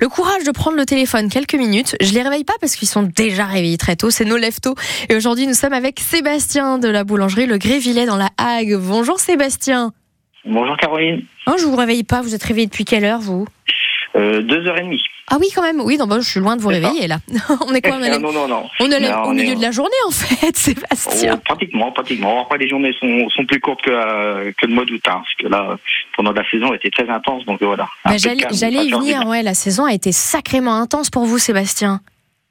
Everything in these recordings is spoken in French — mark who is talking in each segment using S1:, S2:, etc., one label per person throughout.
S1: le courage de prendre le téléphone quelques minutes. Je les réveille pas parce qu'ils sont déjà réveillés très tôt, c'est nos lève-tôt. Et aujourd'hui, nous sommes avec Sébastien de la boulangerie Le Grévillet dans la Hague. Bonjour Sébastien.
S2: Bonjour Caroline.
S1: Non, je vous réveille pas, vous êtes réveillé depuis quelle heure vous
S2: Euh, deux heures et demie.
S1: Ah oui, quand même. Oui, non, bah, je suis loin de vous
S2: C'est ça.
S1: réveiller là. on est quand même à
S2: Ah
S1: la-
S2: non, non, non.
S1: on est là
S2: Non,
S1: au
S2: on est-
S1: milieu de la journée en fait,
S2: Oh,
S1: Sébastien.
S2: pratiquement, pratiquement. Après, les journées sont, sont plus courtes que, euh, que le mois d'août. hein, parce que là, euh, pendant la saison, elle était très intense. Donc euh, voilà. Un
S1: Bah,
S2: peu de
S1: J'allais
S2: calme,
S1: j'allais y
S2: pas de
S1: venir,
S2: journée.
S1: ouais, la saison a été sacrément intense pour vous Sébastien.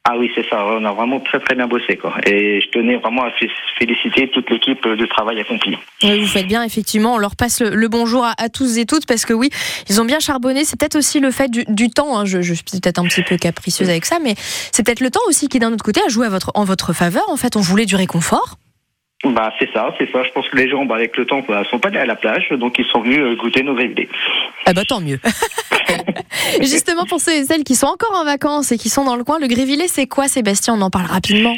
S2: Ah oui, c'est ça. ouais, On a vraiment très, très bien bossé. Quoi. Et je tenais vraiment à fé- féliciter toute l'équipe euh, de travail accompli.
S1: Oui, vous faites bien, effectivement. On leur passe le, le bonjour à, à tous et toutes parce que oui, ils ont bien charbonné. C'est peut-être aussi le fait du, du temps. hein. Je, je suis peut-être un petit peu capricieuse avec ça, mais c'est peut-être le temps aussi qui, d'un autre côté, a joué à votre, en votre faveur. En fait, on voulait du réconfort.
S2: Bah, c'est ça, c'est ça. Je pense que les gens, bah, avec le temps, bah, sont pas allés à la plage. Donc, ils sont venus euh, goûter nos grillés.
S1: Ah bah tant mieux. Justement, pour ceux et celles qui sont encore en vacances et qui sont dans le coin, le grévillet, c'est quoi, Sébastien On en parle rapidement.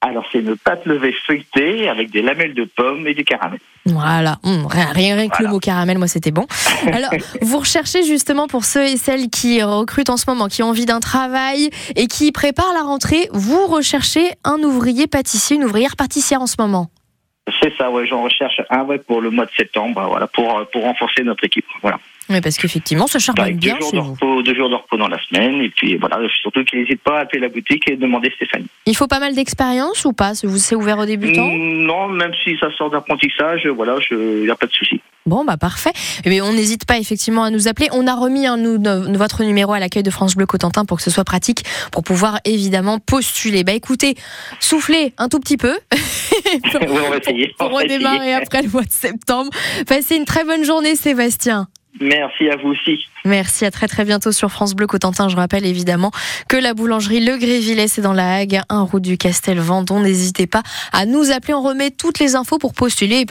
S2: Alors, c'est une pâte levée feuilletée avec des lamelles de pommes et du caramel.
S1: Voilà, Hum, rien, rien- rien que le
S2: Voilà.
S1: mot caramel, moi c'était bon. Alors, vous recherchez justement pour ceux et celles qui recrutent en ce moment, qui ont envie d'un travail et qui préparent la rentrée, vous recherchez un ouvrier pâtissier, une ouvrière pâtissière en ce moment.
S2: C'est ça, ouais. J'en recherche un ouais, pour le mois de septembre. Voilà, pour, euh, pour renforcer notre équipe. Voilà.
S1: Oui, parce qu'effectivement, ça charbonne
S2: Avec deux
S1: Ah, bah, bien
S2: jours,
S1: chez
S2: de
S1: vous.
S2: repos, deux jours de repos dans la semaine. Et puis voilà, surtout qu'il n'hésite pas à appeler la boutique et demander Stéphanie.
S1: Il faut pas mal d'expérience ou pas Vous c'est ouvert aux débutants
S2: Mm, Non, même si ça sort d'apprentissage, voilà, il n'y a pas de souci.
S1: Bon, bah parfait. Eh bien, on n'hésite pas effectivement à nous appeler. On a remis hein, nous, no- votre numéro à l'accueil de France Bleu Cotentin pour que ce soit pratique, pour pouvoir évidemment postuler. Bah écoutez, soufflez un tout petit peu.
S2: Ouais, on va essayer.
S1: pour
S2: on va essayer.
S1: redémarrer après le mois de septembre. Passez une très bonne journée, Sébastien.
S2: Merci à vous aussi.
S1: Merci, à très très bientôt sur France Bleu Cotentin. Je rappelle évidemment que la boulangerie Le Grévillet, c'est dans la Hague, un route du Castel Vendon. N'hésitez pas à nous appeler. On remet toutes les infos pour postuler.